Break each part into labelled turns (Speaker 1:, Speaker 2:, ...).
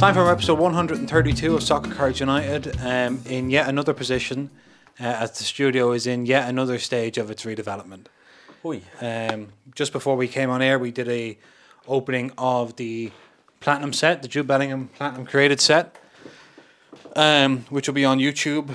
Speaker 1: Time for episode 132 of Soccer Cards United. Um, in yet another position, uh, as the studio is in yet another stage of its redevelopment.
Speaker 2: Oi.
Speaker 1: Um, just before we came on air, we did a opening of the platinum set, the Jude Bellingham platinum created set, um, which will be on YouTube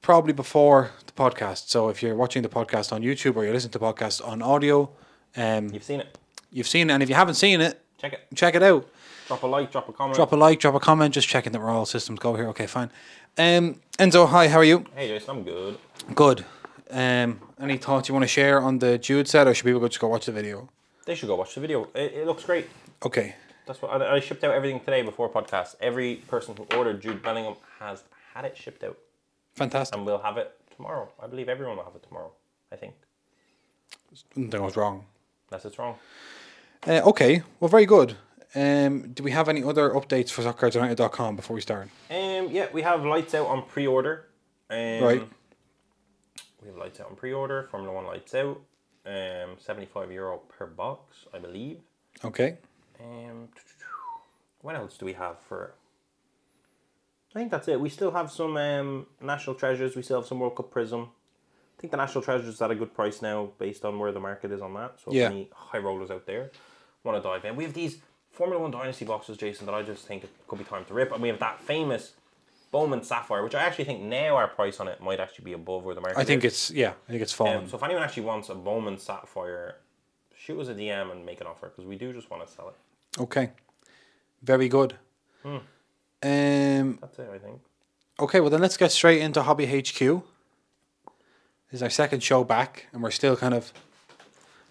Speaker 1: probably before the podcast. So if you're watching the podcast on YouTube or you're listening to the podcast on audio, um,
Speaker 2: You've seen it.
Speaker 1: you've seen it, and if you haven't seen it,
Speaker 2: Check it.
Speaker 1: check it out.
Speaker 2: Drop a like, drop a comment.
Speaker 1: Drop a like, drop a comment, just checking that we're all systems go here. Okay, fine. Um, Enzo, hi, how are you?
Speaker 2: Hey Jason, I'm good.
Speaker 1: Good. Um, any thoughts you want to share on the Jude set, or should people just go watch the video?
Speaker 2: They should go watch the video. It, it looks great.
Speaker 1: Okay,
Speaker 2: That's what I, I shipped out everything today before podcast. Every person who ordered Jude Bellingham has had it shipped out,
Speaker 1: fantastic.
Speaker 2: and we'll have it tomorrow. I believe everyone will have it tomorrow. I think.
Speaker 1: Nothing was wrong.
Speaker 2: Unless it's wrong.
Speaker 1: Uh, okay, well, very good. Um, do we have any other updates for soccercardsunited.com before we start?
Speaker 2: Um, yeah, we have lights out on pre-order. Um,
Speaker 1: Right.
Speaker 2: We have lights out on pre-order. Formula One lights out. Um, seventy-five euro per box, I believe.
Speaker 1: Okay.
Speaker 2: Um, what else do we have for? I think that's it. We still have some um, national treasures. We still have some World Cup Prism. I think the national treasures is at a good price now, based on where the market is on that. So
Speaker 1: Yeah.
Speaker 2: if any high rollers out there want to dive in, we have these Formula One Dynasty boxes, Jason, that I just think it could be time to rip, and we have that famous Bowman Sapphire, which I actually think now our price on it might actually be above where the market.
Speaker 1: I think
Speaker 2: is.
Speaker 1: it's, yeah, I think it's fallen.
Speaker 2: Um, so if anyone actually wants a Bowman Sapphire, shoot us a DM and make an offer because we do just want to sell it.
Speaker 1: Okay. Very good. Hmm. Um,
Speaker 2: That's it, I think.
Speaker 1: okay, well, then let's get straight into Hobby HQ. This is our second show back, and we're still kind of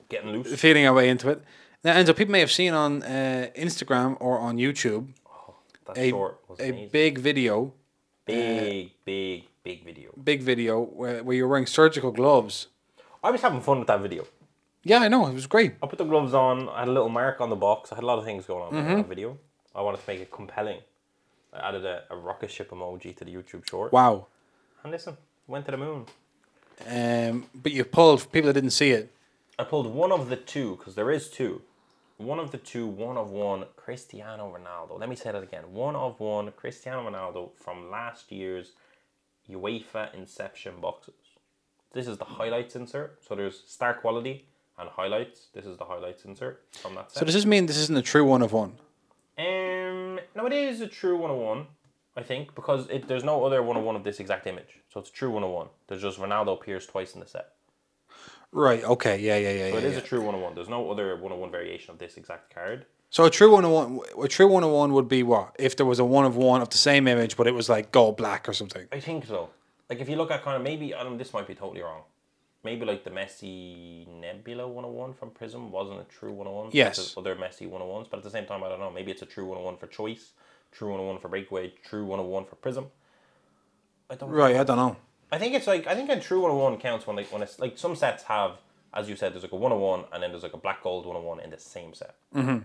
Speaker 2: Getting loose.
Speaker 1: feeling our way into it. Now, Enzo, people may have seen on uh, Instagram or on YouTube
Speaker 2: That
Speaker 1: a,
Speaker 2: short was
Speaker 1: a
Speaker 2: amazing.
Speaker 1: big video,
Speaker 2: big, big, big video.
Speaker 1: big video where, where you're wearing surgical gloves.
Speaker 2: I was having fun with that video.
Speaker 1: Yeah, I know. It was great.
Speaker 2: I put the gloves on. I had a little mark on the box. I had a lot of things going on
Speaker 1: Mm-hmm.
Speaker 2: in that video. I wanted to make it compelling. I added a, a rocket ship emoji to the YouTube short.
Speaker 1: Wow.
Speaker 2: And listen, went to the moon.
Speaker 1: Um, but you pulled for people that didn't see it.
Speaker 2: I pulled one of the two because there is two. One of the two, one of one, Cristiano Ronaldo. Let me say that again. One of one, Cristiano Ronaldo from last year's UEFA Inception boxes. This is the highlights insert. So there's star quality and highlights. This is the highlights insert from that set.
Speaker 1: So does this mean this isn't a true one of one?
Speaker 2: Um, no, it is a true 101, I think, because it, there's no other 101 of this exact image. So it's a true 101. There's just Ronaldo appears twice in the set.
Speaker 1: Right. Okay. Yeah. Yeah. Yeah.
Speaker 2: So it
Speaker 1: yeah,
Speaker 2: is
Speaker 1: yeah.
Speaker 2: a true 101. There's no other 101 variation of this exact card.
Speaker 1: so a true one of one, a true one of one would be what if there was a one of one of the same image, but it was like gold black or something.
Speaker 2: I think so. Like if you look at kind of maybe I don't. This might be totally wrong. Maybe like the Messi Nebula 101 from Prism wasn't a true 101. but
Speaker 1: Yes.
Speaker 2: There's other Messi 101s, but at the same time, I don't know. Maybe it's a true 101 for Choice, true 101 for Breakaway, true 101 for Prism. I don't.
Speaker 1: Right. I don't know.
Speaker 2: I think it's like I think a true 101 counts when like when it's like some sets have, as you said, there's like a 101 and then there's like a black gold 101 in the same set. Mm-hmm.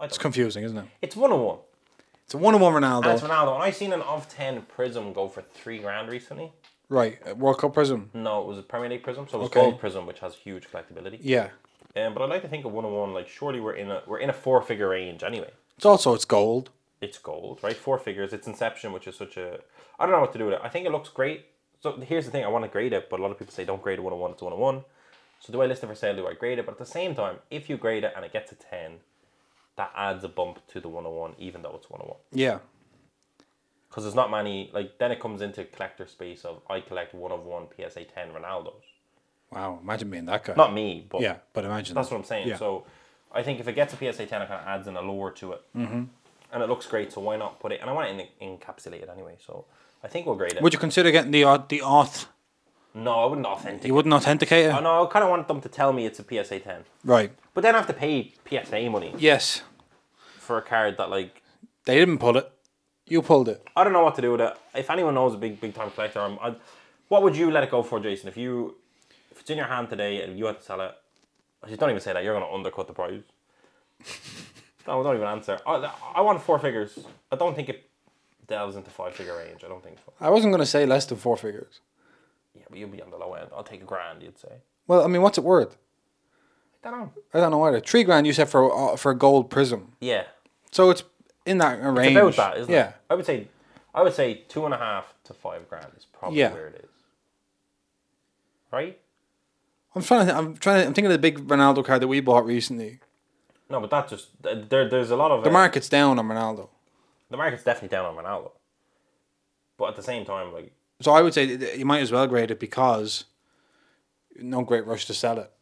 Speaker 2: I
Speaker 1: It's
Speaker 2: don't,
Speaker 1: confusing, isn't it?
Speaker 2: it's 101.
Speaker 1: It's a one of one
Speaker 2: And it's
Speaker 1: Ronaldo.
Speaker 2: Ronaldo. And I've seen an of 10 Prism go for three grand recently.
Speaker 1: Right. uh, World Cup prism.
Speaker 2: No, it was a Premier League prism, so it was
Speaker 1: Okay.
Speaker 2: gold prism, which has huge collectability.
Speaker 1: Yeah.
Speaker 2: Um, but I like to think of one on one. Like surely we're in a we're in a four figure range anyway.
Speaker 1: It's also it's gold.
Speaker 2: It's gold, right? Four figures. It's Inception, which is such a I don't know what to do with it. I think it looks great. So here's the thing: I want to grade it, but a lot of people say don't grade it one on one. It's one on one. So do I list it for sale? Do I grade it? But at the same time, if you grade it and it gets a ten, that adds a bump to the one on one, even though it's one on one.
Speaker 1: Yeah.
Speaker 2: Because there's not many. Like then it comes into collector space of I collect one of one PSA ten Ronaldos.
Speaker 1: Wow. Imagine being that guy.
Speaker 2: Not me, but
Speaker 1: yeah. But imagine.
Speaker 2: That's what I'm saying.
Speaker 1: Yeah.
Speaker 2: So I think if it gets a PSA 10, it kind of adds an allure to it. Mm-hmm. And it looks great, so why not put it? And I want it in, encapsulated anyway, so I think we'll grade it.
Speaker 1: Would you consider getting the au- the auth?
Speaker 2: no, I wouldn't authentic.
Speaker 1: You wouldn't authenticate
Speaker 2: Oh,
Speaker 1: it.
Speaker 2: no, I kind of want them to tell me it's a PSA 10.
Speaker 1: Right.
Speaker 2: But then I have to pay PSA money
Speaker 1: Yes.
Speaker 2: for a card that, like,
Speaker 1: They didn't pull it. You pulled it.
Speaker 2: I don't know what to do with it. If anyone knows a big, big time collector, I'm, I'd, what would you let it go for, Jason? If you, if it's in your hand today and you had to sell it, actually, don't even say that. You're going to undercut the price. no, don't even answer. I, I want four figures. I don't think it delves into five figure range. I don't think so.
Speaker 1: I wasn't gonna say less than four figures.
Speaker 2: Yeah, but you'll be on the low end. I'll take a grand. You'd say.
Speaker 1: Well, I mean, what's it worth?
Speaker 2: I don't know.
Speaker 1: I don't know either. Three grand you said for uh, for a gold prism.
Speaker 2: Yeah,
Speaker 1: So it's in that range.
Speaker 2: It's about that, isn't
Speaker 1: yeah.
Speaker 2: it? I would say, I would say two and a half to five grand is probably
Speaker 1: Yeah.
Speaker 2: where it is. Right?
Speaker 1: I'm trying to. Th- I'm trying. To, I'm thinking of the big Ronaldo card that we bought recently.
Speaker 2: No, but that just th- there. There's a lot of
Speaker 1: The
Speaker 2: uh,
Speaker 1: market's down on Ronaldo,
Speaker 2: the market's definitely down on Ronaldo, but at the same time, like
Speaker 1: so I would say that you might as well grade it because no great rush to sell it.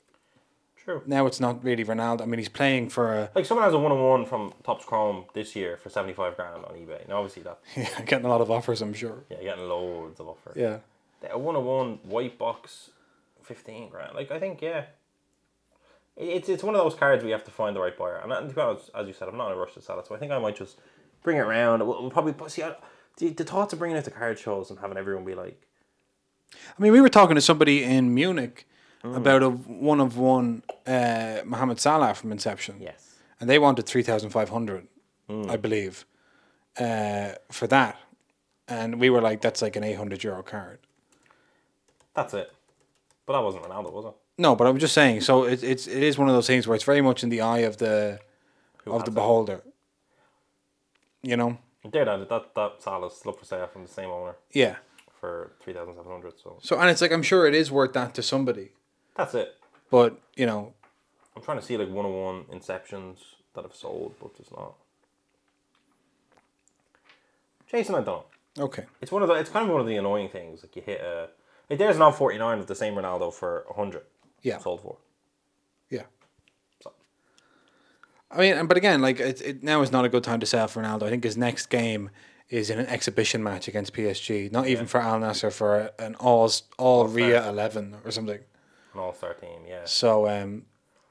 Speaker 2: true.
Speaker 1: Now it's not really Ronaldo. I mean, he's playing for a
Speaker 2: Like someone has a one on one from Topps Chrome this year for seventy five grand on eBay. Now obviously that
Speaker 1: yeah, getting a lot of offers. I'm sure.
Speaker 2: yeah, you're getting loads of offers.
Speaker 1: Yeah.
Speaker 2: A one on one white box, fifteen grand. Like I think yeah. It- It's, it's one of those cards we have to find the right buyer. And I- to be honest, as you said, I'm not in a rush to sell it, so I think I might just bring it around. We'll, we'll probably but see I, the, the thoughts of bringing out the card shows and having everyone be like,
Speaker 1: I mean, we were talking to somebody in Munich about a one of one uh, Mohamed Salah from Inception.
Speaker 2: yes,
Speaker 1: and they wanted 3500 i believe uh, for that and we were like that's like an 800 euro card
Speaker 2: that's it. But that wasn't Ronaldo, was it?
Speaker 1: no but i'm just saying so it, it's it is one of those things where it's very much in the eye of the of
Speaker 2: has
Speaker 1: the
Speaker 2: it?
Speaker 1: beholder you know
Speaker 2: There, that that that Salah's still up for sale from the same owner
Speaker 1: yeah
Speaker 2: for three thousand seven hundred. So
Speaker 1: so and it's like i'm sure it is worth that to somebody
Speaker 2: that's it.
Speaker 1: but you know
Speaker 2: I'm trying to see like one on one inceptions that have sold, but just not. Jason, I don't. know.
Speaker 1: okay
Speaker 2: It's one of the. It's kind of one of the annoying things. Like you hit a. Like there's an 49 of the same Ronaldo for hundred.
Speaker 1: Yeah.
Speaker 2: Sold for.
Speaker 1: yeah
Speaker 2: So-
Speaker 1: i mean and- but again like it, it now is not a good time to sell for ronaldo i think his next game is in an exhibition match against psg not even for al nasser for a- an all all ria 11 or something
Speaker 2: An All Star team. Yeah.
Speaker 1: so um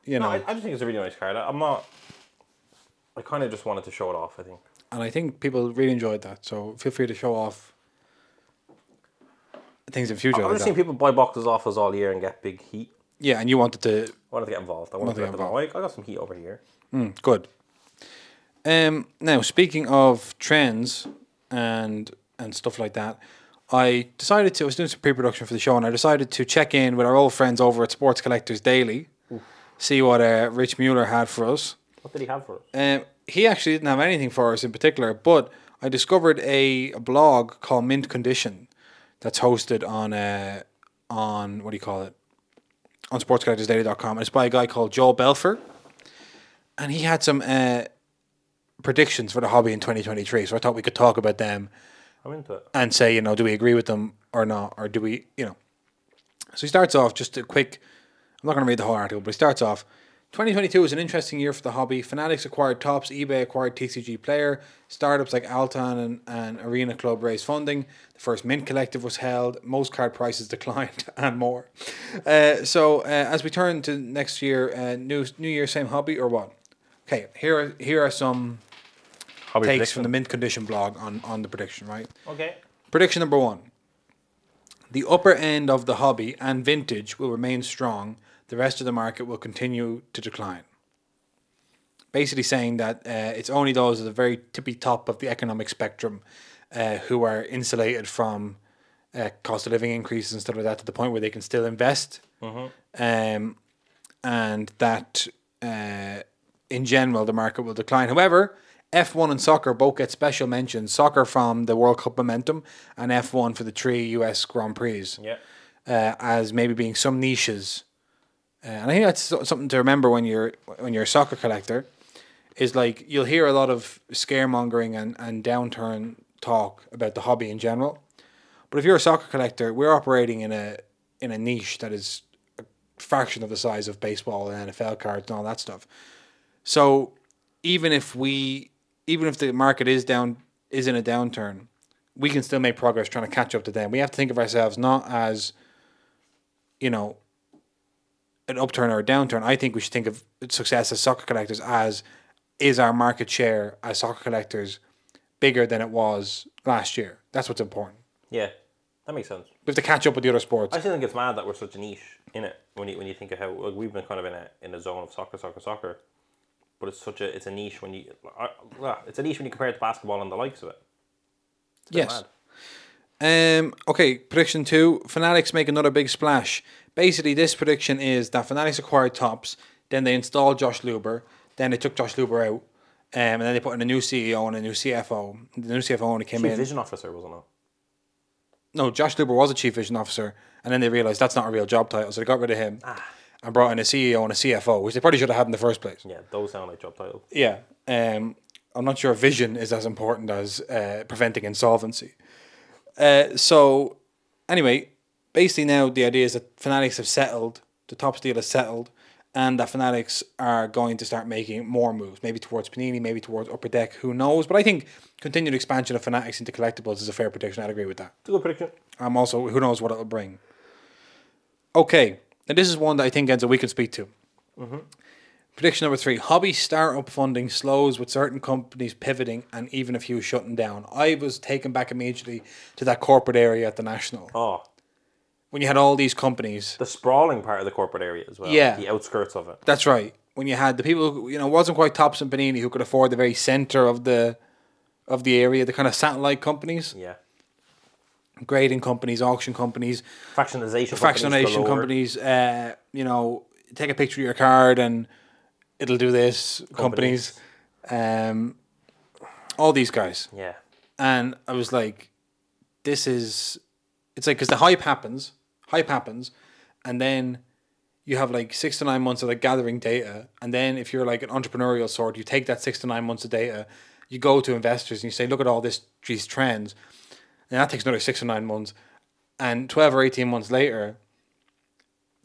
Speaker 1: you
Speaker 2: No,
Speaker 1: know
Speaker 2: I, I just think it's a really nice card. I, I'm not. I kind of just wanted to show it off. I think.
Speaker 1: and i think people really enjoyed that so feel free to show off things in future
Speaker 2: I've
Speaker 1: like
Speaker 2: just seen
Speaker 1: that.
Speaker 2: people buy boxes off us all year and get big heat.
Speaker 1: yeah and you wanted to
Speaker 2: I wanted to get involved. I wanted to
Speaker 1: Wanted to
Speaker 2: get
Speaker 1: get
Speaker 2: them. Like, I got some heat over here.
Speaker 1: Mm, good. Um, now speaking of trends and and stuff like that, I decided to I was doing some pre-production for the show, and I decided to check in with our old friends over at Sports Collectors Daily, see what uh, Rich Mueller had for us.
Speaker 2: What did he have for us?
Speaker 1: Um, he actually didn't have anything for us in particular, but I discovered a, a blog called Mint Condition that's hosted on uh, on what do you call it on sportscollectorsdaily.com. And it's by a guy called Joel Belfer, and he had some uh, predictions for the hobby in 2023. So I thought we could talk about them
Speaker 2: I'm into it.
Speaker 1: and say, you know, do we agree with them or not, or do we, you know? So he starts off just a quick. I'm not going to read the whole article, but he starts off. 2022 was an interesting year for the hobby. Fanatics acquired tops, eBay acquired TCG Player, startups like Altan and, and Arena Club raised funding. The first Mint Collective was held, most card prices declined, and more. Uh, so, uh, as we turn to next year, uh, new New Year, same hobby or what? Okay, here are, here are some
Speaker 2: Hobby
Speaker 1: takes from the Mint Condition blog on, on the prediction, right?
Speaker 2: Okay.
Speaker 1: Prediction number one. The upper end of the hobby and vintage will remain strong. The rest of the market will continue to decline. Basically, saying that uh, it's only those at the very tippy top of the economic spectrum uh, who are insulated from uh, cost of living increases and stuff like that to the point where they can still invest. Um, and that uh, in general the market will decline. However, F1 and soccer both get special mentions. Soccer from the World Cup momentum, and F1 for the three US Grand Prix,
Speaker 2: Yeah.
Speaker 1: uh, as maybe being some niches. Uh, and I think that's so- something to remember when you're when you're a soccer collector, is like you'll hear a lot of scaremongering and, and downturn talk about the hobby in general. But if you're a soccer collector, we're operating in a in a niche that is a fraction of the size of baseball and NFL cards and all that stuff. So even if we even if the market is down is in a downturn, we can still make progress trying to catch up to them. We have to think of ourselves not as you know an upturn or a downturn. I think we should think of success as soccer collectors as is our market share as soccer collectors bigger than it was last year. That's what's important.
Speaker 2: Yeah. That makes sense.
Speaker 1: We have to catch up with the other sports.
Speaker 2: I still think it's mad that we're such a niche in it when you when you think of how like, we've been kind of in a in a zone of soccer, soccer, soccer, but it's such a it's a niche when you uh, uh, it's a niche when you compare it to basketball and the likes of it. It's a bit
Speaker 1: Yes.
Speaker 2: mad.
Speaker 1: Um. Okay. Prediction two: Fanatics make another big splash. Basically, this prediction is that Fanatics acquired Tops, then they installed Josh Luber, then they took Josh Luber out, um, and then they put in a new CEO and a new CFO. The new CFO only came
Speaker 2: Chief
Speaker 1: in.
Speaker 2: Vision Officer, wasn't it?
Speaker 1: No, Josh Luber was a chief vision officer, and then they realized that's not a real job title, so they got rid of him and brought in a CEO and a CFO, which they probably should have had in the first place.
Speaker 2: Yeah, those sound like job titles.
Speaker 1: Yeah. Um, I'm not sure vision is as important as uh, preventing insolvency. Uh, so, anyway, basically now the idea is that Fanatics have settled, the top deal is settled, and that Fanatics are going to start making more moves, maybe towards Panini, maybe towards Upper Deck, who knows. But I think continued expansion of Fanatics into collectibles is a fair prediction. I'd agree with that.
Speaker 2: It's a good prediction.
Speaker 1: I'm also who knows what it'll bring. Okay, now this is one that I think ends that we can speak to. Prediction number three: Hobby startup funding slows with certain companies pivoting and even a few shutting down. I was taken back immediately to that corporate area at the national
Speaker 2: Oh,
Speaker 1: when you had all these companies.
Speaker 2: the sprawling part of the corporate area as well.
Speaker 1: Yeah.
Speaker 2: The outskirts of it.
Speaker 1: That's right. When you had the people, who, you know, it wasn't quite Tops and Panini who could afford the very center of the of the area, the kind of satellite companies,
Speaker 2: Yeah.
Speaker 1: grading companies, auction companies,
Speaker 2: Fractionization.
Speaker 1: fractionation
Speaker 2: galore.
Speaker 1: companies, uh, you know, take a picture of your card and it'll do this. Companies, um, all these guys,
Speaker 2: Yeah.
Speaker 1: and I was like, this is, it's like because the hype happens, hype happens, and then you have like six to nine months of like gathering data, and then if you're like an entrepreneurial sort, you take that six to nine months of data, you go to investors and you say, look at all this these trends, and that takes another six or nine months, and twelve or eighteen months later.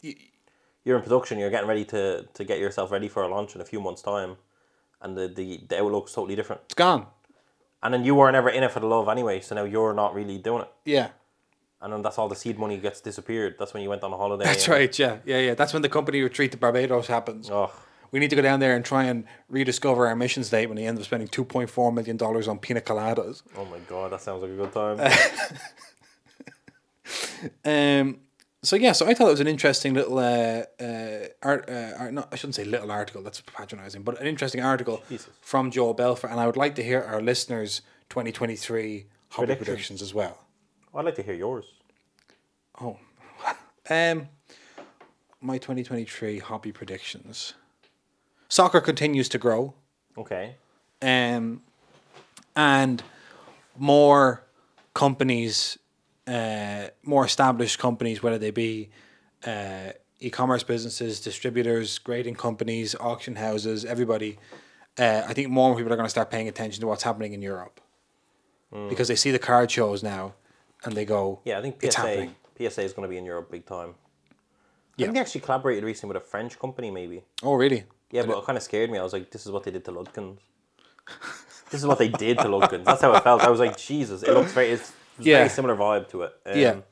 Speaker 2: You're in production. You're getting ready to, to get yourself ready for a launch in a few months' time, and the, the, the outlook's totally different.
Speaker 1: It's gone.
Speaker 2: And then you weren't ever in it for the love anyway, so now you're not really doing it.
Speaker 1: Yeah.
Speaker 2: And then that's all the seed money gets disappeared. That's when you went on a holiday.
Speaker 1: That's
Speaker 2: and-
Speaker 1: right. Yeah. Yeah. Yeah. That's when the company retreat to Barbados happens.
Speaker 2: Oh,
Speaker 1: We need to go down there and try and rediscover our mission statement. He ended up spending $2.4 million on pina coladas.
Speaker 2: oh my god, that sounds like a good time.
Speaker 1: Um, so, yeah, so I thought it was an interesting little uh, uh, art, uh, art, no, I shouldn't say little article, that's patronizing, but an interesting article
Speaker 2: Jesus.
Speaker 1: from Joel Belfer. And I would like to hear our listeners' 2023 hobby
Speaker 2: Predictions.
Speaker 1: predictions as well.
Speaker 2: I'd like to hear yours.
Speaker 1: Oh, um, my 2023 hobby predictions. Soccer continues to grow.
Speaker 2: Okay.
Speaker 1: um, and more companies, uh, more established companies, whether they be uh, e-commerce businesses, distributors, grading companies, auction houses, everybody. Uh, I think more people are going to start paying attention to what's happening in Europe because they see the card shows now, and they go,
Speaker 2: Yeah, I think
Speaker 1: It's
Speaker 2: PSA
Speaker 1: happening.
Speaker 2: PSA is going to be in Europe big time. I
Speaker 1: Yeah.
Speaker 2: think they actually collaborated recently with a French company, maybe.
Speaker 1: "Oh, really?
Speaker 2: Yeah, but it kind of scared me. I was like, this is what they did to Ludkins. this is what they did to Ludkins. That's how it felt. I was like, Jesus, it looks very, it's it's
Speaker 1: Yeah.
Speaker 2: very similar vibe to it. Um,
Speaker 1: Yeah. Mm.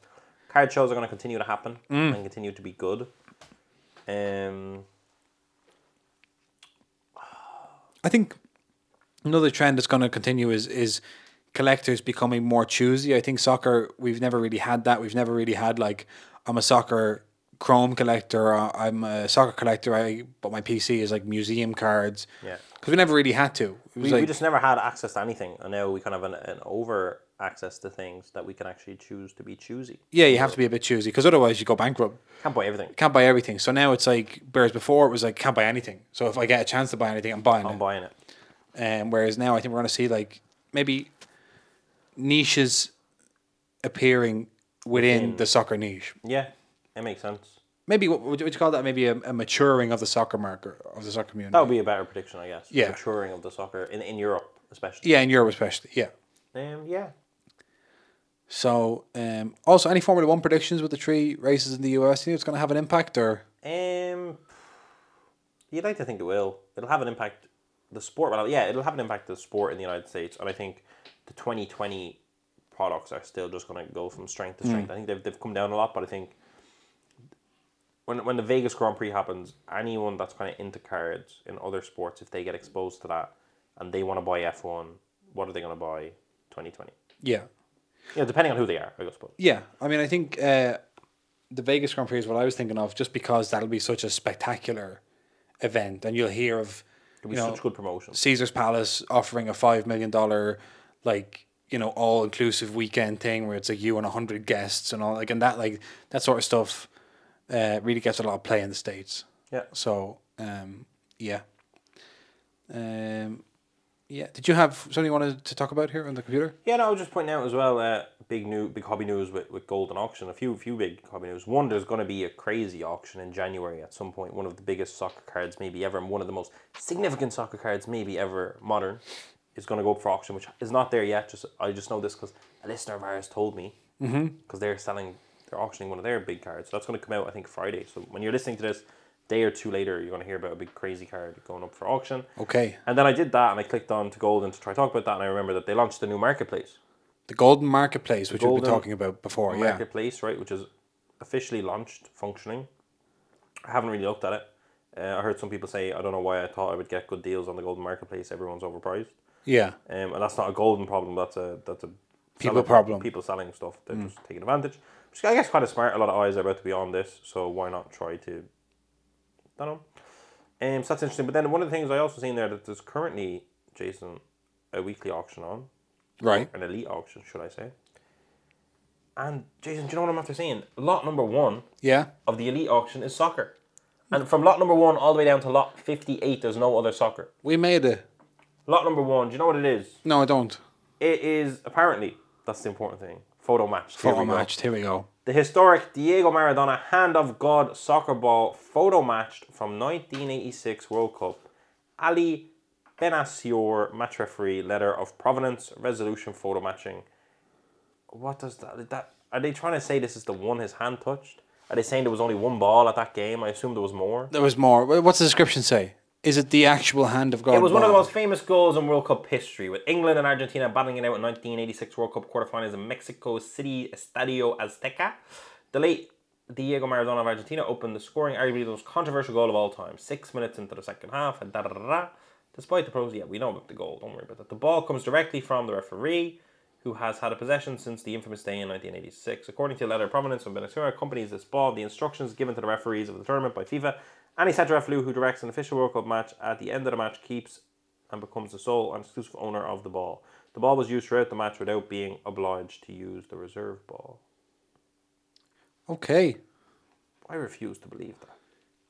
Speaker 2: Card shows are going to continue to happen and continue to be good. Um,
Speaker 1: I think another trend that's going to continue is is collectors becoming more choosy. I think soccer we've never really had that. We've never really had like I'm a soccer Chrome collector. Or I'm a soccer collector. I but my PC is like museum cards.
Speaker 2: Yeah.
Speaker 1: because we never really had to. It was
Speaker 2: we,
Speaker 1: like
Speaker 2: we just never had access to anything, and now we kind of have an, an over access to things that we can actually choose to be choosy.
Speaker 1: yeah, you have to be a bit choosy because otherwise you go bankrupt.
Speaker 2: Can't buy everything.
Speaker 1: Can't buy everything. So now it's like whereas before it was like can't buy anything. So if I get a chance to buy anything, I'm buying
Speaker 2: I'm
Speaker 1: it.
Speaker 2: buying it.
Speaker 1: Um, whereas now I think we're going to see like maybe niches appearing within, the soccer niche.
Speaker 2: Yeah, it makes sense.
Speaker 1: Maybe what would you, would you call that? Maybe a, a maturing of the soccer market of the soccer community.
Speaker 2: That would be a better prediction, I guess.
Speaker 1: Yeah.
Speaker 2: Maturing of the soccer in, in Europe, especially.
Speaker 1: yeah, in Europe especially. Yeah.
Speaker 2: Um, yeah.
Speaker 1: So um, also any Formula One predictions with the three races in the US? Do you think it's going to have an impact or?
Speaker 2: Um, you'd like to think it will. It'll have an impact. The sport, well, yeah, it'll have an impact to the sport in the United States, and I think the 2020 products are still just going to go from strength to strength. I think they've, they've come down a lot, but I think when when the Vegas Grand Prix happens, anyone that's kind of into cards in other sports, if they get exposed to that and they want to buy F1, what are they going to buy? 2020.
Speaker 1: Yeah.
Speaker 2: Yeah, depending on who they are, I suppose.
Speaker 1: Yeah. I mean, I think uh, the Vegas Grand Prix is what I was thinking of, just because that'll be such a spectacular event, and you'll hear of.
Speaker 2: It'll
Speaker 1: you
Speaker 2: be
Speaker 1: know,
Speaker 2: such good promotion.
Speaker 1: Caesar's Palace offering a five million dollar, like you know, all inclusive weekend thing where it's like you and hundred guests and all like and that like that sort of stuff, uh, really gets a lot of play in the states.
Speaker 2: Yeah.
Speaker 1: So um, yeah. Um, yeah. Did you have something you wanted to talk about here on the computer?
Speaker 2: Yeah, no, I was just pointing out as well. Uh, big new, big hobby news with, with Golden Auction. A few, few big hobby news. One, there's going to be a crazy auction in January at some point. One of the biggest soccer cards maybe ever, and one of the most significant soccer cards maybe ever modern, is going to go up for auction, which is not there yet. Just I just know this because a listener of ours told me because they're selling, they're auctioning one of their big cards. So that's going to come out I think Friday. So when you're listening to this, day or two later, you're going to hear about a big crazy card going up for auction.
Speaker 1: Okay.
Speaker 2: And then I did that and I clicked on to Golden to try to talk about that. And I remember that they launched a new marketplace.
Speaker 1: The Golden Marketplace, which we've been
Speaker 2: Golden
Speaker 1: talking about before. Yeah.
Speaker 2: Marketplace, right, which is officially launched, functioning. I haven't really looked at it. Uh, I heard some people say, I don't know why I thought I would get good deals on the Golden Marketplace. Everyone's overpriced.
Speaker 1: Yeah.
Speaker 2: Um, and that's not a Golden problem. That's a that's a
Speaker 1: People
Speaker 2: seller-
Speaker 1: problem. Mm.
Speaker 2: People selling stuff. They're just taking advantage. Which I guess kind of smart. A lot of eyes are about to be on this. So why not try to don't know. Um, so that's interesting. But then one of the things I also seen there that there's currently, Jason, a weekly auction on,
Speaker 1: Right.
Speaker 2: an elite auction, should I say. And Jason, do you know what I'm after seeing? Lot number one
Speaker 1: Yeah.
Speaker 2: of the elite auction is soccer. And from lot number one all the way down to lot 58, there's no other soccer.
Speaker 1: We made it.
Speaker 2: Lot number one, do you know what it is?
Speaker 1: No, I don't.
Speaker 2: It is apparently, that's the important thing, photo match. Here
Speaker 1: Photo
Speaker 2: we go.
Speaker 1: matched. Here we go.
Speaker 2: The historic Diego Maradona Hand of God soccer ball photo matched from 1986 World Cup. Ali Benassior, match referee, letter of provenance, resolution photo matching. What does that, that? Are they trying to say this is the one his hand touched? Are they saying there was only one ball at that game? I assume there was more.
Speaker 1: There was more. Wh- What's the description say? Is it the actual hand of God?
Speaker 2: It was one of the
Speaker 1: ball?
Speaker 2: most famous goals in World Cup history, with England and Argentina battling it out in 1986 World Cup quarterfinals in Mexico City Estadio Azteca. The late Diego Maradona of Argentina opened the scoring, arguably the most controversial goal of all time, six minutes into the second half. And da da da da. Despite the pros, yeah, we know about the goal, don't worry about that. The ball comes directly from the referee, who has had a possession since the infamous day in 1986. According to a letter of prominence from Venezuela, accompanies this ball, the instructions given to the referees of the tournament by FIFA, and Annie Satraflu, who directs an official World Cup match, at the end of the match keeps and becomes the sole and exclusive owner of the ball. The ball was used throughout the match without being obliged to use the reserve ball.
Speaker 1: Okay.
Speaker 2: I refuse to believe that.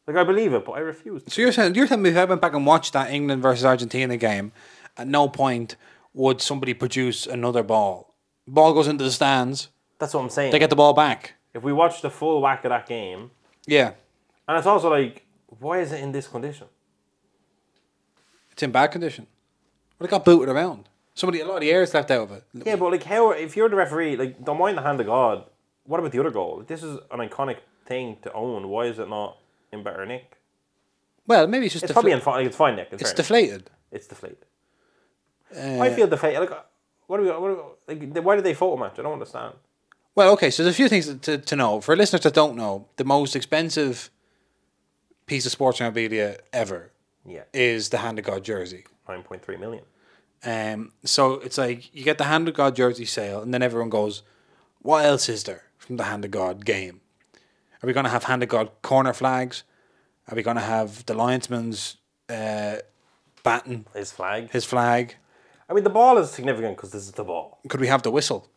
Speaker 2: Like, I believe it, but I refuse.
Speaker 1: So you're saying you're telling me if I went back and watched that England versus Argentina game, at no point would somebody produce another ball. Ball goes into the stands.
Speaker 2: That's what I'm saying.
Speaker 1: They get the ball back.
Speaker 2: if we watch the full whack of that game,
Speaker 1: Yeah.
Speaker 2: and it's also like, why is it in this condition?
Speaker 1: It's in bad condition. But it got booted around. Somebody a lot of the air is left out of it.
Speaker 2: Yeah, but like, how if you're the referee, like, don't mind the hand of God. What about the other goal? This is an iconic thing to own. Why is it not in better nick?
Speaker 1: Well, maybe it's just
Speaker 2: It's
Speaker 1: defla-
Speaker 2: probably in fine. Like, it's fine nick. It's,
Speaker 1: it's
Speaker 2: deflated.
Speaker 1: deflated.
Speaker 2: it's deflated.
Speaker 1: Uh,
Speaker 2: I feel deflated. Like, what are we? What are we like, why did they photo match? I don't understand.
Speaker 1: Well, okay, so there's a few things to, to know. For listeners that don't know, the most expensive piece of sports memorabilia ever
Speaker 2: Yeah,
Speaker 1: is the Hand of God jersey.
Speaker 2: nine point three million.
Speaker 1: Um, so it's like you get the Hand of God jersey sale, and then everyone goes, What else is there from the Hand of God game? Are we going to have Hand of God corner flags? Are we going to have the linesman's uh, baton,
Speaker 2: His flag.
Speaker 1: his flag?
Speaker 2: I mean, the ball is significant because this is the ball.
Speaker 1: Could we have the whistle?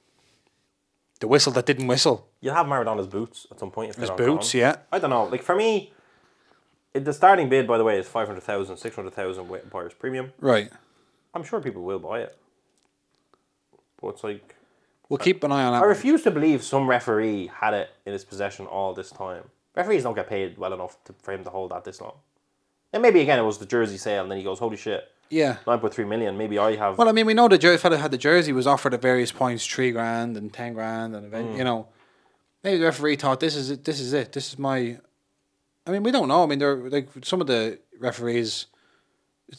Speaker 1: The whistle that didn't whistle.
Speaker 2: You'll have Maradona's boots at some point. If his
Speaker 1: Boots, yeah.
Speaker 2: I don't know. Like for me, it, the starting bid, by the way, is 500,000, 600,000 with buyer's premium.
Speaker 1: Right.
Speaker 2: I'm sure people will buy it, but it's like
Speaker 1: We'll keep an eye on that.
Speaker 2: I
Speaker 1: one.
Speaker 2: refuse to believe some referee had it in his possession all this time. Referees don't get paid well enough to, for him to hold that this long. And maybe again it was the jersey sale, and then he goes, "Holy shit,
Speaker 1: Yeah.
Speaker 2: nine point three million. Maybe I have."
Speaker 1: Well, I mean, we know the jer- fellow who had the jersey was offered at various points three grand and ten grand, and event, you know, maybe the referee thought this is it, this is it, this is my. I mean, we don't know. I mean, they're like some of the referees,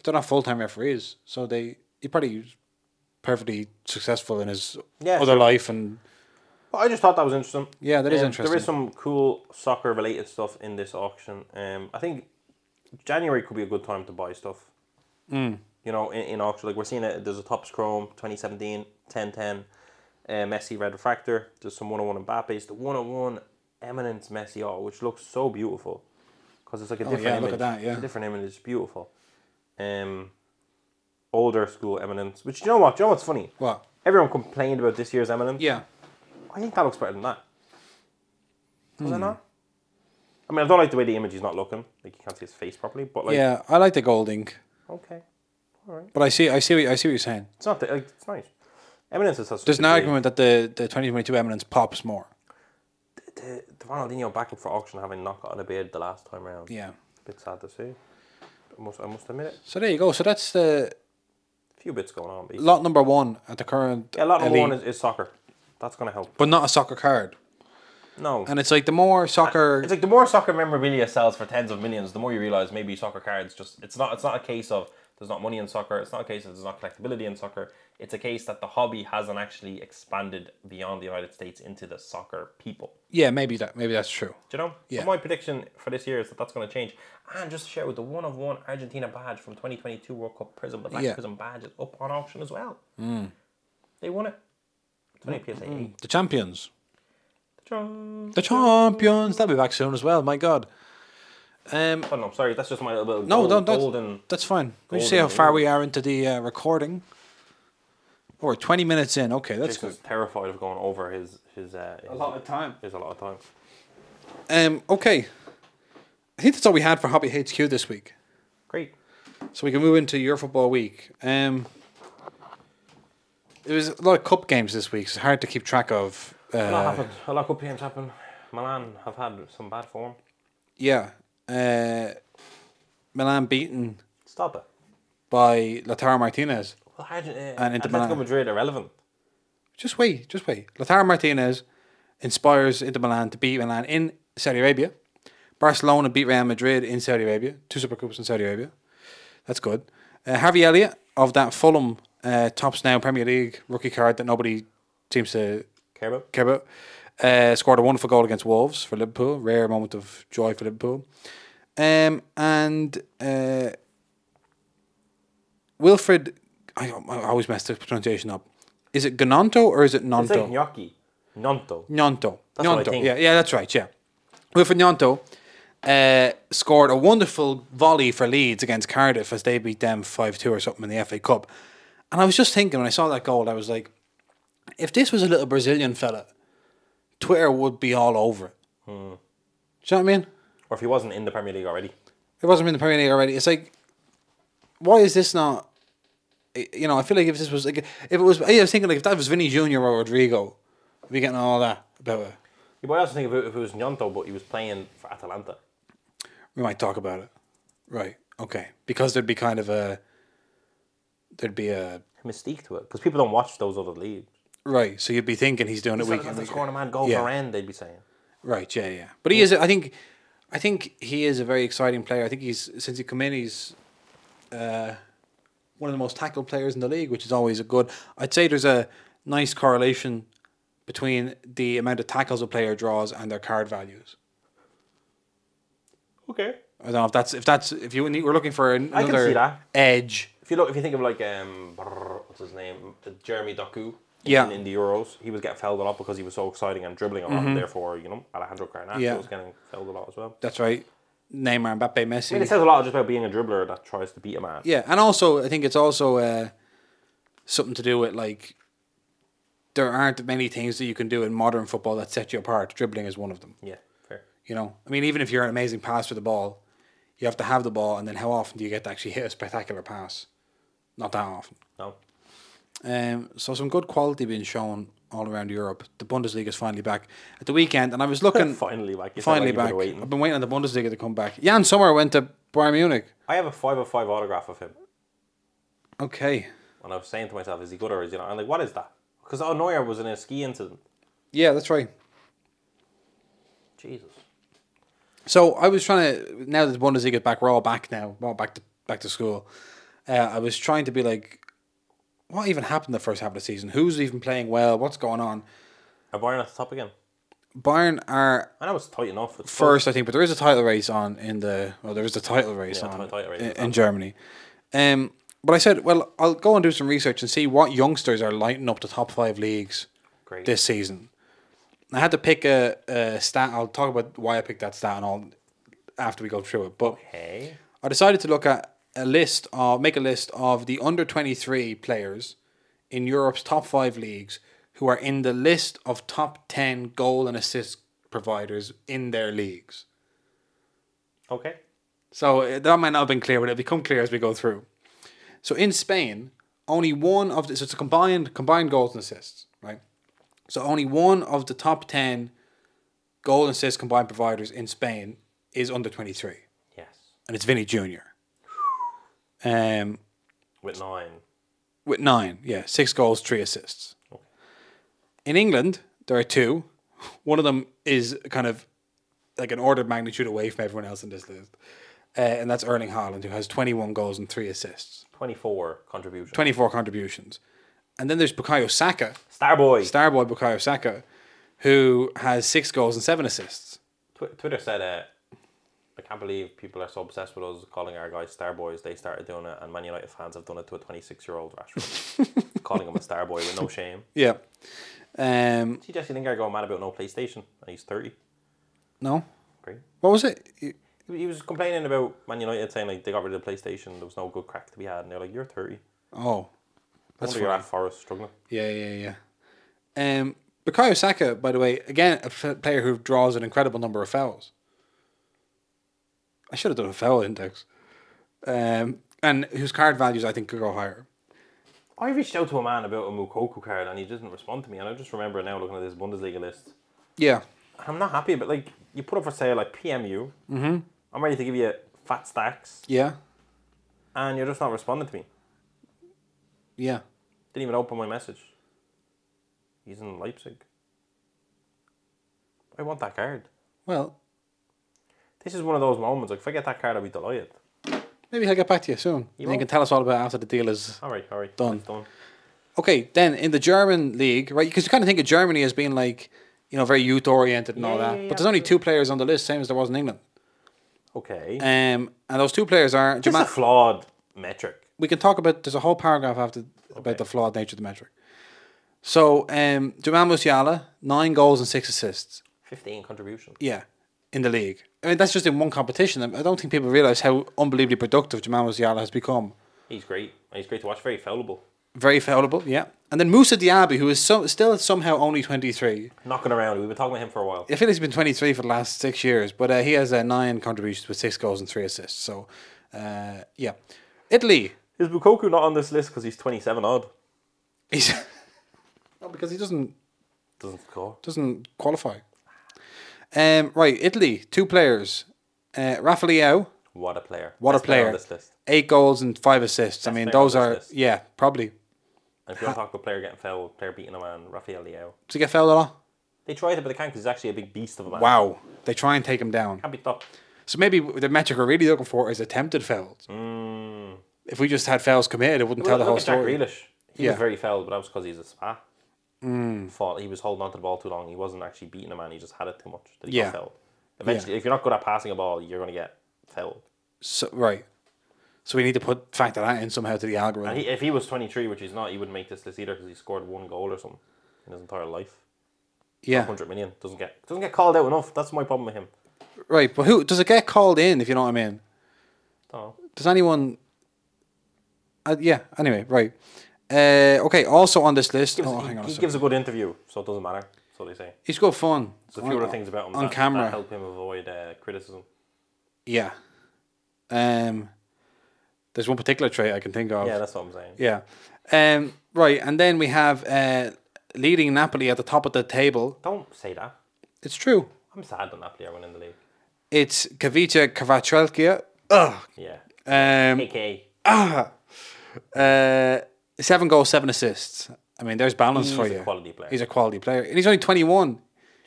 Speaker 1: they're not full time referees, so they he probably was perfectly successful in his
Speaker 2: Yeah,
Speaker 1: other
Speaker 2: sure.
Speaker 1: life, and
Speaker 2: But I just thought that was interesting.
Speaker 1: yeah, that is
Speaker 2: Um,
Speaker 1: interesting.
Speaker 2: There is some cool soccer related stuff in this auction. Um, I think January could be a good time to buy stuff.
Speaker 1: Mm.
Speaker 2: You know, in, in auction, like we're seeing it. There's a Topps Chrome 2017, 1010, uh, Messi Red Refractor. There's some 101 Mbappe's. The 101 Eminence Messi all, which looks so beautiful because it's like a different
Speaker 1: Oh, yeah,
Speaker 2: image.
Speaker 1: look at that, yeah.
Speaker 2: It's a different image. It's beautiful. Um, older school Eminence. Which you know what? Do you know what's funny?
Speaker 1: What?
Speaker 2: Everyone complained about this year's Eminence.
Speaker 1: Yeah,
Speaker 2: I think that looks better than that. Does it
Speaker 1: Hmm.
Speaker 2: not? I mean, I don't like the way the image is not looking. Like you can't see his face properly, but like,
Speaker 1: yeah, I like the gold ink.
Speaker 2: okay, all right.
Speaker 1: But I see, I see, what, I see what you're saying.
Speaker 2: It's not that, like, it's nice. Eminence is such
Speaker 1: There's
Speaker 2: a
Speaker 1: an
Speaker 2: big-
Speaker 1: argument that the, the 2022 Eminence pops more.
Speaker 2: The, the Ronaldinho back up for auction having not got a bid the last time round.
Speaker 1: Yeah.
Speaker 2: It's a bit sad to see. I must, I must admit it.
Speaker 1: So there you go. So that's the
Speaker 2: A few bits going on. But
Speaker 1: lot number one at the current.
Speaker 2: yeah, a lot of
Speaker 1: elite,
Speaker 2: one is, is soccer. That's going to help.
Speaker 1: but not a soccer card.
Speaker 2: No.
Speaker 1: And it's like the more soccer,
Speaker 2: It's like the more soccer memorabilia sells for tens of millions, the more you realize maybe soccer cards just it's not it's not a case of there's not money in soccer. It's not a case of there's not collectability in soccer. It's a case that the hobby hasn't actually expanded beyond the United States into the soccer people.
Speaker 1: yeah, maybe that, maybe that's true.
Speaker 2: Do you know?
Speaker 1: Yeah.
Speaker 2: So my prediction for this year is that that's going to change. And just to share with the one of one Argentina badge from 2022 World Cup Prism, the Black
Speaker 1: Yeah. Mm.
Speaker 2: Prism badge is up on auction as well. They won it. It's only PSA eight.
Speaker 1: The champions,
Speaker 2: Ta-da.
Speaker 1: the champions. They'll be back soon as well. My God. Um,
Speaker 2: Oh no, sorry, that's just my little bit of
Speaker 1: no,
Speaker 2: gold,
Speaker 1: don't. That's,
Speaker 2: golden.
Speaker 1: that's fine. We
Speaker 2: golden
Speaker 1: see how far
Speaker 2: rule.
Speaker 1: we are into the uh, recording. Or 20 minutes in. Okay, that's good.
Speaker 2: Jason's terrified of going over his his. Uh, his
Speaker 1: time.
Speaker 2: Is a lot of time.
Speaker 1: Um, okay. I think that's all we had for Hobby HQ this week.
Speaker 2: Great.
Speaker 1: So we can move into your football week. Um, there was a lot of cup games this week. So it's hard to keep track of.
Speaker 2: A lot
Speaker 1: Uh,
Speaker 2: happened. A lot of good games happened. Milan have had some bad form.
Speaker 1: yeah. Uh, Milan beaten
Speaker 2: Stop it.
Speaker 1: by Lautaro Martinez.
Speaker 2: Well, Argent, uh,
Speaker 1: And Inter
Speaker 2: Atletico
Speaker 1: Milan.
Speaker 2: Madrid are relevant.
Speaker 1: Just wait, just wait. Lautaro Martinez inspires Inter Milan to beat Milan in Saudi Arabia. Barcelona beat Real Madrid in Saudi Arabia. Two Super Cups in Saudi Arabia. That's good. Uh, Harvey Elliott of that Fulham uh, tops now Premier League rookie card that nobody seems to
Speaker 2: Care about.
Speaker 1: care about. Uh, scored a wonderful goal against Wolves for Liverpool. Rare moment of joy for Liverpool. Um, and uh, Wilfred, I, I always mess the pronunciation up. Is it Gnonto or is it Nonto?
Speaker 2: It's like gnocchi, nonto.
Speaker 1: Nonto.
Speaker 2: That's
Speaker 1: Nonto.
Speaker 2: what I think.
Speaker 1: Yeah, yeah, that's right. Yeah. Wilfred Nonto uh, scored a wonderful volley for Leeds against Cardiff as they beat them 5 2 or something in the FA Cup. And I was just thinking when I saw that goal, I was like, if this was a little Brazilian fella, Twitter would be all over it.
Speaker 2: Hmm.
Speaker 1: Do you know what I mean?
Speaker 2: Or if he wasn't in the Premier League already.
Speaker 1: It wasn't in the Premier League already. It's like, why is this not? I- You know, I feel like if this was like, if it was, I was thinking like if that was Vinny Junior or Rodrigo, we'd be getting all that about it.
Speaker 2: You might also think if it, if it was Nyanto, but he was playing for Atalanta.
Speaker 1: We might talk about it. Right. Okay. Because there'd be kind of a there'd be a
Speaker 2: Mystique to it. Because people don't watch those other leagues.
Speaker 1: right, so you'd be thinking he's doing it
Speaker 2: He's
Speaker 1: week
Speaker 2: not-
Speaker 1: in,
Speaker 2: he's not
Speaker 1: week out.
Speaker 2: scoring a man goal
Speaker 1: Yeah.
Speaker 2: for end, they'd be saying.
Speaker 1: Right, yeah, yeah. But he is I think I think he is a very exciting player. I think he's since he come in he's uh one of the most tackled players in the league, which is always a good I'd say there's a nice correlation between the amount of tackles a player draws and their card values.
Speaker 2: Okay.
Speaker 1: I don't know if that's if that's if you need, we're looking for an-
Speaker 2: I can see
Speaker 1: another
Speaker 2: that.
Speaker 1: edge.
Speaker 2: If you look, if you think of like um, brrr, what's his name, Uh, Jeremy Doku.
Speaker 1: Yeah.
Speaker 2: In, in the Euros, he was getting fouled a lot because he was so exciting and dribbling a lot. And therefore, you know, Alejandro Garnacho
Speaker 1: Mm-hmm. Yeah.
Speaker 2: was getting fouled a lot as well.
Speaker 1: That's right. Neymar, Mbappe, Messi.
Speaker 2: I mean, it says a lot just about being a dribbler that tries to beat a man.
Speaker 1: Yeah, and also I think it's also uh, something to do with like there aren't many things that you can do in modern football that set you apart. Dribbling is one of them.
Speaker 2: Yeah, fair.
Speaker 1: You know, I mean, even if you're an amazing passer of the ball, you have to have the ball, and then how often do you get to actually hit a spectacular pass? Not that often.
Speaker 2: No.
Speaker 1: Um, so some good quality being shown all around Europe. The Bundesliga is finally back at the weekend, and I was looking
Speaker 2: Finally back. You sound
Speaker 1: finally
Speaker 2: like
Speaker 1: back.
Speaker 2: you've been waiting.
Speaker 1: I've been waiting on the Bundesliga to come back. Jan Sommer went to Bayern Munich.
Speaker 2: I have a five of five autograph of him,
Speaker 1: Okay.
Speaker 2: and I was saying to myself, "Is he good or is he not?" I'm like, "What is that?" Because oh, Neuer was in a ski incident.
Speaker 1: Yeah, that's right.
Speaker 2: Jesus.
Speaker 1: So I was trying to now that the Bundesliga's back, we're all back now, we're all back to back to school. Uh, I was trying to be like, what even happened the first half of the season? Who's even playing well? What's going on?
Speaker 2: Are Bayern at the top again?
Speaker 1: Bayern are
Speaker 2: I know it's tight enough. It's
Speaker 1: first, I think, but there is a title race on in the well, there is a title race
Speaker 2: Yeah,
Speaker 1: on
Speaker 2: title race
Speaker 1: in,
Speaker 2: is
Speaker 1: in
Speaker 2: on.
Speaker 1: Germany. Um, but I said, well, I'll go and do some research and see what youngsters are lighting up the top five leagues
Speaker 2: great.
Speaker 1: this season. I had to pick a, a stat. I'll talk about why I picked that stat and all after we go through it, but.
Speaker 2: Okay.
Speaker 1: I decided to look at a list of make a list of the under 23 players in Europe's top 5 leagues who are in the list of top 10 goal and assist providers in their leagues. eh,
Speaker 2: Okay.
Speaker 1: So uh, that might not have been clear, but it'll become clear as we go through. So in Spain, only one of the so it's a combined combined goals and assists, right? So only one of the top ten goal and assist combined providers in Spain is under twenty three,
Speaker 2: Yes.
Speaker 1: and it's Vinny Junior. Um,
Speaker 2: With nine.
Speaker 1: with nine, yeah, six goals, three assists. In England, there are two. One of them is kind of like an order of magnitude away from everyone else in this list, uh, and that's Erling Haaland, who has twenty one goals and three assists.
Speaker 2: 24 contribution.
Speaker 1: 24 contributions. And then there's Bukayo Saka,
Speaker 2: Starboy.
Speaker 1: Starboy Bukayo Saka, who has six goals and seven assists.
Speaker 2: Tw- Twitter said, uh, I can't believe people are so obsessed with us calling our guys Starboys. They started doing it, and Man United fans have done it to a 26 year old Rashford. calling him a Starboy with no shame.
Speaker 1: Yeah. Um,
Speaker 2: See, Jesse Lingard going mad about no PlayStation, and he's 30.
Speaker 1: no.
Speaker 2: Great.
Speaker 1: What was it? You-
Speaker 2: He he was complaining about Man United saying like they got rid of the PlayStation, there was no good crack to be had, and they're like, "You're 30.
Speaker 1: Oh,
Speaker 2: That's why you're at Forest struggling."
Speaker 1: yeah, yeah, yeah. Um, Bukayo Saka, by the way, again, a f- player who draws an incredible number of fouls. I should have done a foul index. Um, and whose card values I think could go higher.
Speaker 2: I reached out to a man about a Mukoku card, and he doesn't respond to me. And I just remember now looking at this Bundesliga list.
Speaker 1: Yeah.
Speaker 2: I'm not happy, but like you put up for sale like PMU. Mm-hmm. I'm ready to give you fat stacks,
Speaker 1: Yeah.
Speaker 2: and you're just not responding to me.
Speaker 1: Yeah.
Speaker 2: Didn't even open my message. He's in Leipzig. I want that card.
Speaker 1: Well,
Speaker 2: This is one of those moments. Like if I get that card, I'll be delighted.
Speaker 1: maybe he'll get back to you soon. You, you
Speaker 2: will.
Speaker 1: can tell us all about it after the deal is
Speaker 2: All right, all right,
Speaker 1: Done.
Speaker 2: it's done.
Speaker 1: Okay, then in the German league, right? Because you kind of think of Germany as being like, you know, very youth oriented and all
Speaker 2: Yeah,
Speaker 1: that.
Speaker 2: yeah, yeah,
Speaker 1: but there's only two players on the list, same as there was in England.
Speaker 2: Okay.
Speaker 1: Um, and those two players are
Speaker 2: Just
Speaker 1: Jamal.
Speaker 2: a flawed metric.
Speaker 1: we can talk about. There's a whole paragraph after about the flawed nature of the metric. So um, Jamal Musiala, nine goals and six assists.
Speaker 2: 15 contribution.
Speaker 1: Yeah, in the league. I mean, that's just in one competition. I don't think people realize how unbelievably productive Jamal Musiala has become.
Speaker 2: He's great. And He's great to watch. Very fallible.
Speaker 1: Very fallible, yeah. And then Musa Diaby, who is so, still somehow only twenty three.
Speaker 2: Knocking around. We've been talking about him for a while.
Speaker 1: I feel he's been 23 for the last six years, but uh, he has uh, nine contributions with six goals and three assists. So, uh, yeah. Italy.
Speaker 2: Is Bukoku not on this list because he's 27 odd?
Speaker 1: He's no, because he doesn't
Speaker 2: Doesn't score.
Speaker 1: doesn't qualify. Um, right, Italy, two players. Uh, Rafael,
Speaker 2: What a player.
Speaker 1: what
Speaker 2: Best
Speaker 1: a player.
Speaker 2: on this list.
Speaker 1: Eight goals and five assists. I mean,
Speaker 2: player on
Speaker 1: those
Speaker 2: this
Speaker 1: are,
Speaker 2: list.
Speaker 1: yeah, probably.
Speaker 2: And if you want to talk about player getting fouled, player beating a man, Rafael Leao.
Speaker 1: Does he get fouled a lot?
Speaker 2: They tried it, but they can't because he's actually a big beast of a man.
Speaker 1: Wow. They try and take him down.
Speaker 2: Can't be stopped.
Speaker 1: So maybe the metric we're really looking for is attempted fouls. If we just had fouls committed, it wouldn't tell the
Speaker 2: Look-
Speaker 1: whole
Speaker 2: look Hmm. at Jack
Speaker 1: story.
Speaker 2: Grealish. He
Speaker 1: Yeah. Mm.
Speaker 2: was very fouled, but that was because he's a spa. Fought. He was holding on to the ball too long. He wasn't actually beating a man. He just had it too much. That he
Speaker 1: Yeah.
Speaker 2: got fouled. Eventually, if you're not good at passing a ball, you're going to get fouled.
Speaker 1: So, right. So we need to put factor that in somehow to the algorithm.
Speaker 2: And he, if he was 23, which he's not, he wouldn't make this list either because he scored one goal or something in his entire life.
Speaker 1: yeah.
Speaker 2: 100 million doesn't get doesn't get called out enough. That's my problem with him.
Speaker 1: Right, but who does it get called in if you know what I mean?
Speaker 2: Oh,
Speaker 1: Does anyone uh, yeah, anyway, right. Uh, okay, also on this list,
Speaker 2: gives,
Speaker 1: oh,
Speaker 2: he,
Speaker 1: hang on a
Speaker 2: he
Speaker 1: second.
Speaker 2: gives a good interview, so it doesn't matter. So they say.
Speaker 1: He's got fun.
Speaker 2: There's a few
Speaker 1: on,
Speaker 2: other things about him
Speaker 1: on
Speaker 2: that,
Speaker 1: camera.
Speaker 2: that help him avoid uh, criticism.
Speaker 1: Yeah. Um, there's one particular trait I can think of.
Speaker 2: Yeah, that's what I'm saying.
Speaker 1: Yeah. Um, right, and then we have uh, leading Napoli at the top of the table.
Speaker 2: Don't say that.
Speaker 1: It's true.
Speaker 2: I'm sad that Napoli are winning the league.
Speaker 1: It's Kavica Kvaratskhelia. Ugh.
Speaker 2: Yeah.
Speaker 1: Um,
Speaker 2: KK.
Speaker 1: Uh, seven goals, seven assists. I mean, there's balance
Speaker 2: He's
Speaker 1: for
Speaker 2: a
Speaker 1: you.
Speaker 2: quality player.
Speaker 1: He's a quality player, and he's only twenty one.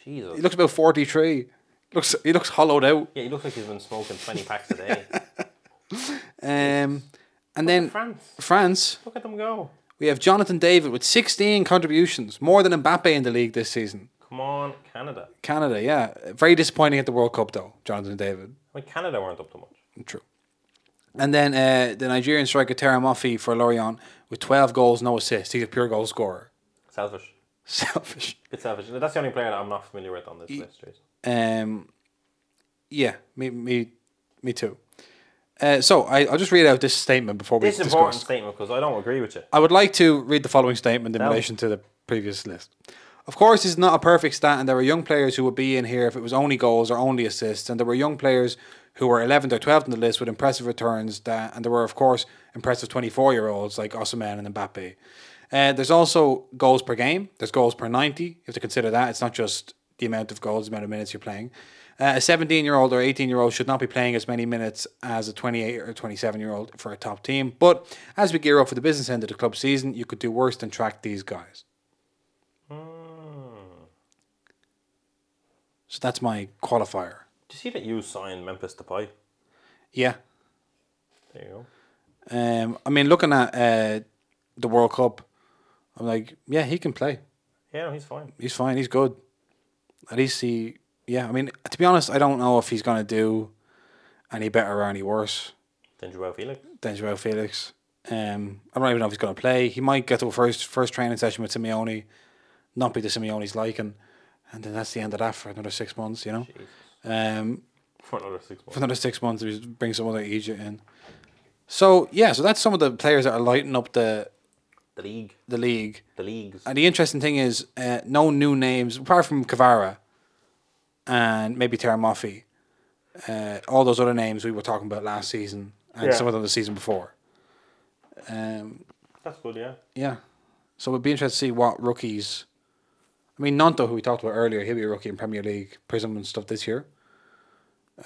Speaker 2: Jesus.
Speaker 1: He looks about forty three. Looks he looks hollowed out.
Speaker 2: yeah, he looks like he's been smoking 20 packs a day.
Speaker 1: Um, and then
Speaker 2: France.
Speaker 1: France,
Speaker 2: Look at them go.
Speaker 1: we have Jonathan David with sixteen contributions, more than Mbappe in the league this season.
Speaker 2: Come on, Canada.
Speaker 1: Canada, yeah, very disappointing at the World Cup though. Jonathan David,
Speaker 2: Like Canada weren't up to much.
Speaker 1: true. And then uh, the Nigerian striker Terra Moffi for Lorient with twelve goals, no assists. He's a pure goal scorer.
Speaker 2: Selfish.
Speaker 1: Selfish.
Speaker 2: Bit selfish. That's the only player that I'm not familiar with on this list, Jason.
Speaker 1: Um, yeah, me, me, me too. Uh, so I, I'll just read out this statement before we
Speaker 2: This is an important
Speaker 1: discuss.
Speaker 2: statement because I don't agree with you.
Speaker 1: I would like to read the following statement in relation to the previous list. Of course, it's not a perfect stat, and there were young players who would be in here if it was only goals or only assists, and there were young players who were 11th or 12th in the list with impressive returns. That, and there were, of course, impressive 24 year olds like Osimhen and Mbappe. Uh, there's also goals per game, there's goals per 90. You have to consider that. It's not just the amount of goals, the amount of minutes you're playing. Uh, a 17 year old or 18 year old should not be playing as many minutes as a 28 or 27 year old for a top team. But as we gear up for the business end of the club season, you could do worse than track these guys. So that's my qualifier.
Speaker 2: Do you see that you signed Memphis Depay?
Speaker 1: Yeah.
Speaker 2: There you go.
Speaker 1: Um, I mean, looking at uh, the World Cup, I'm like, yeah, he can play.
Speaker 2: Yeah, no, he's fine.
Speaker 1: He's fine. He's good. At least he, yeah. I mean, to be honest, I don't know if he's gonna do any better or any worse
Speaker 2: Then Joao Felix.
Speaker 1: than Joao Felix. Um, I don't even know if he's gonna play. He might get to a first first training session with Simeone, not be the Simeone's liking, and then that's the end of that for another six months. You know,
Speaker 2: Jesus.
Speaker 1: um,
Speaker 2: For another six
Speaker 1: for
Speaker 2: months.
Speaker 1: another six months, we just bring some other Egypt in. So yeah, so that's some of the players that are lighting up the
Speaker 2: The league.
Speaker 1: the league.
Speaker 2: The leagues.
Speaker 1: And the interesting thing is, uh, no new names apart from Kavara and maybe Teramafi. Uh, all those other names we were talking about last season, and
Speaker 2: Yeah.
Speaker 1: some of them the season before. Um,
Speaker 2: That's good, yeah.
Speaker 1: yeah, so it'd be interesting to see what rookies. I mean, Nanto, who we talked about earlier, he'll be a rookie in Premier League, Prism and stuff this year.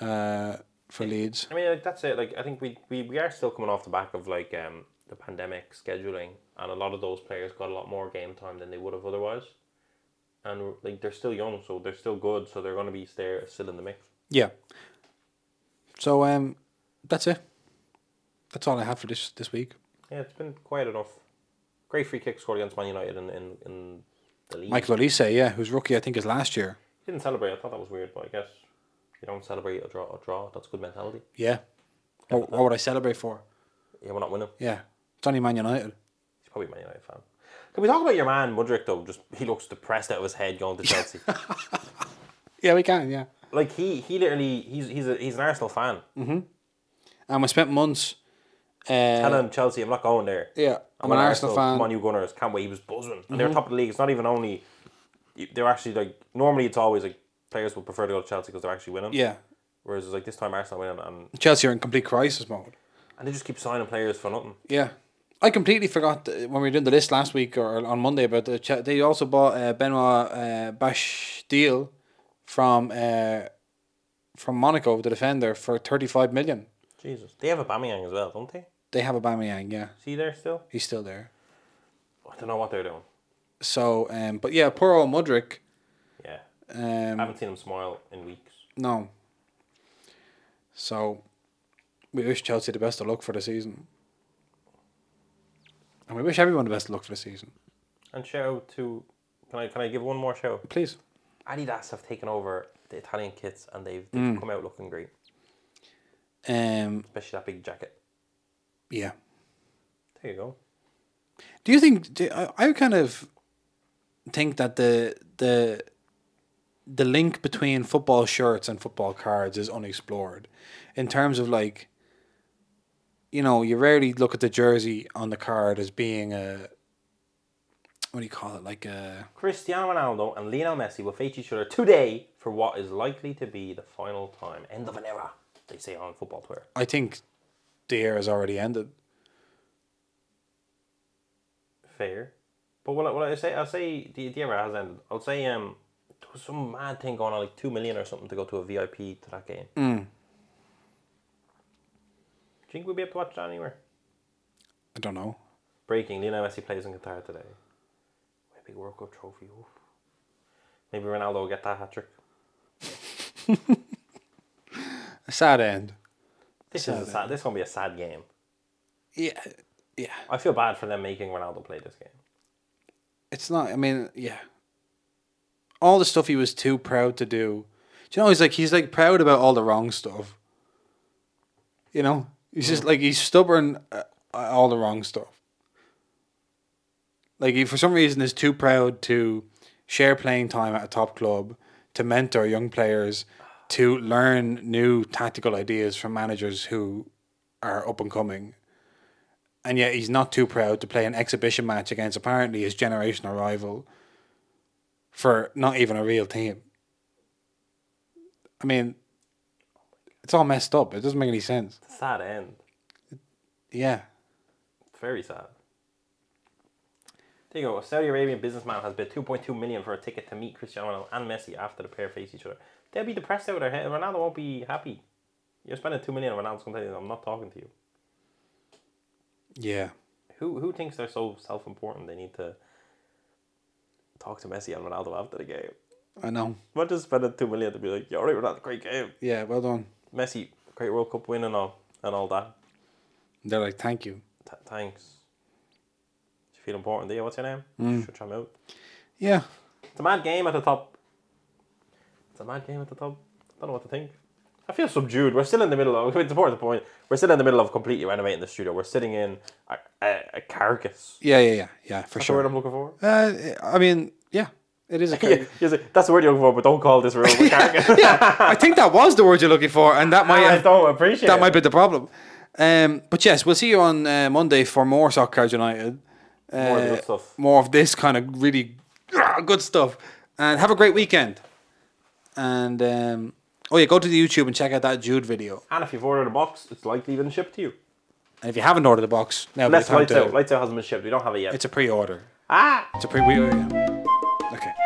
Speaker 1: Uh, for Leeds,
Speaker 2: I mean, like that's it. Like I think we, we, we are still coming off the back of like um, the pandemic scheduling, and a lot of those players got a lot more game time than they would have otherwise. And like they're still young, so they're still good, so they're going to be there still in the mix.
Speaker 1: yeah. So um, that's it. That's all I have for this this week.
Speaker 2: Yeah, it's been quite enough. Great free kick scored against Man United in in, in the league.
Speaker 1: Michael Olise, yeah, who's rookie, I think, is last year.
Speaker 2: He didn't celebrate. I thought that was weird, but I guess you don't celebrate a draw. A draw. That's good mentality.
Speaker 1: Yeah. What, what would I celebrate for?
Speaker 2: Yeah, we're not winning.
Speaker 1: Yeah. It's only Man United.
Speaker 2: He's probably a Man United fan. Can we talk about your man Mudrick though? Just he looks depressed out of his head going to Chelsea.
Speaker 1: Yeah, we can, yeah.
Speaker 2: like he he literally he's he's a, he's an Arsenal fan.
Speaker 1: And we spent months.
Speaker 2: Tell
Speaker 1: Uh,
Speaker 2: him Chelsea, I'm not going there.
Speaker 1: yeah, I'm an Arsenal
Speaker 2: Come on,
Speaker 1: fan. Mm-hmm.
Speaker 2: you Gunners, can't wait. He was buzzing, and they're top of the league. It's not even only they're actually like normally it's always like players would prefer to go to Chelsea because they're actually winning.
Speaker 1: Yeah.
Speaker 2: Whereas it's like this time Arsenal winning, and
Speaker 1: Chelsea are in complete crisis mode.
Speaker 2: and they just keep signing players for nothing.
Speaker 1: Yeah. I completely forgot that when we were doing the list last week or on Monday about the Ch- they also bought uh, Benoit uh, Bastille from uh, from Monaco, the defender, for 35 million.
Speaker 2: Jesus, they have a Bamiyang as well, don't they?
Speaker 1: They have Aubameyang, yeah.
Speaker 2: See there still?
Speaker 1: He's still there.
Speaker 2: I don't know what they're doing.
Speaker 1: So, um, but yeah, poor old Mudrick.
Speaker 2: Yeah, I
Speaker 1: Um,
Speaker 2: haven't seen him smile in weeks.
Speaker 1: No. So, we wish Chelsea the best of luck for the season. And we wish everyone the best of luck for the season.
Speaker 2: And shout out to can I can I give one more shout? out?
Speaker 1: Please.
Speaker 2: Adidas have taken over the Italian kits and they've, they've
Speaker 1: Mm.
Speaker 2: come out looking great,
Speaker 1: Um,
Speaker 2: especially that big jacket.
Speaker 1: yeah.
Speaker 2: There you go.
Speaker 1: Do you think? Do, I, I kind of think that the the the link between football shirts and football cards is unexplored, in terms of like. You know, you rarely look at the jersey on the card as being a. What do you call it? Like a.
Speaker 2: Cristiano Ronaldo and Lionel Messi will face each other today for what is likely to be the final time. End of an era, they say on football Twitter.
Speaker 1: I think the era has already ended.
Speaker 2: Fair. But what, I- what I say, I'll say the, the era has ended. I'll say um, there was some mad thing going on, like 2 million or something to go to a VIP to that game. Do you think we'll be able to watch that anywhere?
Speaker 1: I don't know.
Speaker 2: Breaking, Lionel Messi plays in Qatar today. Maybe World Cup trophy. oof. Maybe Ronaldo will get that hat trick.
Speaker 1: A sad end.
Speaker 2: This is a sad, eh? this gonna be a sad game.
Speaker 1: Yeah, yeah.
Speaker 2: I feel bad for them making Ronaldo play this game.
Speaker 1: It's not. I mean, yeah. All the stuff he was too proud to do. Do you know he's like he's like proud about all the wrong stuff. You know, he's just like he's stubborn uh, at all the wrong stuff. Like he, for some reason, is too proud to share playing time at a top club, to mentor young players, to learn new tactical ideas from managers who are up and coming and yet he's not too proud to play an exhibition match against apparently his generational rival for not even a real team. I mean, It's all messed up. It doesn't make any sense.
Speaker 2: Sad end.
Speaker 1: Yeah.
Speaker 2: Very sad. There you go. A Saudi Arabian businessman has bid 2.2 million for a ticket to meet Cristiano Ronaldo and Messi after the pair face each other. They'll be depressed out of their head. Ronaldo won't be happy. You're spending 2 million, Ronaldo's going to tell you, I'm not talking to you.
Speaker 1: Yeah.
Speaker 2: Who who thinks they're so self important they need to talk to Messi and Ronaldo after the game?
Speaker 1: I know.
Speaker 2: What just spending 2 million to be like, yeah, all right, Ronaldo, great game.
Speaker 1: Yeah, well done.
Speaker 2: Messi, great World Cup win and all, and all that.
Speaker 1: They're like, thank you.
Speaker 2: Th- thanks. Do you feel important, do you? What's your name?
Speaker 1: Mm.
Speaker 2: Shut your mouth.
Speaker 1: Yeah.
Speaker 2: It's a mad game at the top. It's a mad game at the top. I don't know what to think. I feel subdued. We're still in the middle of. It's important to point. We're still in the middle of completely renovating the studio. We're sitting in a, a, a carcass.
Speaker 1: Yeah, yeah, yeah. Yeah, for
Speaker 2: That's the
Speaker 1: sure.
Speaker 2: word I'm looking for.
Speaker 1: Uh, I mean, yeah. It is a
Speaker 2: Yeah,
Speaker 1: crazy.
Speaker 2: you see, that's the word you're looking for, but don't call this room a carcass.
Speaker 1: I think that was the word you're looking for, and that might
Speaker 2: I
Speaker 1: have
Speaker 2: don't appreciate
Speaker 1: that
Speaker 2: it.
Speaker 1: might be the problem. Um, but yes, we'll see you on uh, Monday for more Soccer United. Uh,
Speaker 2: More of the good stuff.
Speaker 1: More of this kind of really ah, good stuff. And have a great weekend. And um, oh yeah, go to the YouTube and check out that Jude video.
Speaker 2: And if you've ordered a box, it's likely been shipped to you.
Speaker 1: And if you haven't ordered the box, now
Speaker 2: Unless
Speaker 1: time
Speaker 2: lights
Speaker 1: to,
Speaker 2: out. Lights out hasn't been shipped. We don't have it yet.
Speaker 1: it's a pre-order.
Speaker 2: ah.
Speaker 1: It's a pre. We, yeah. Okay.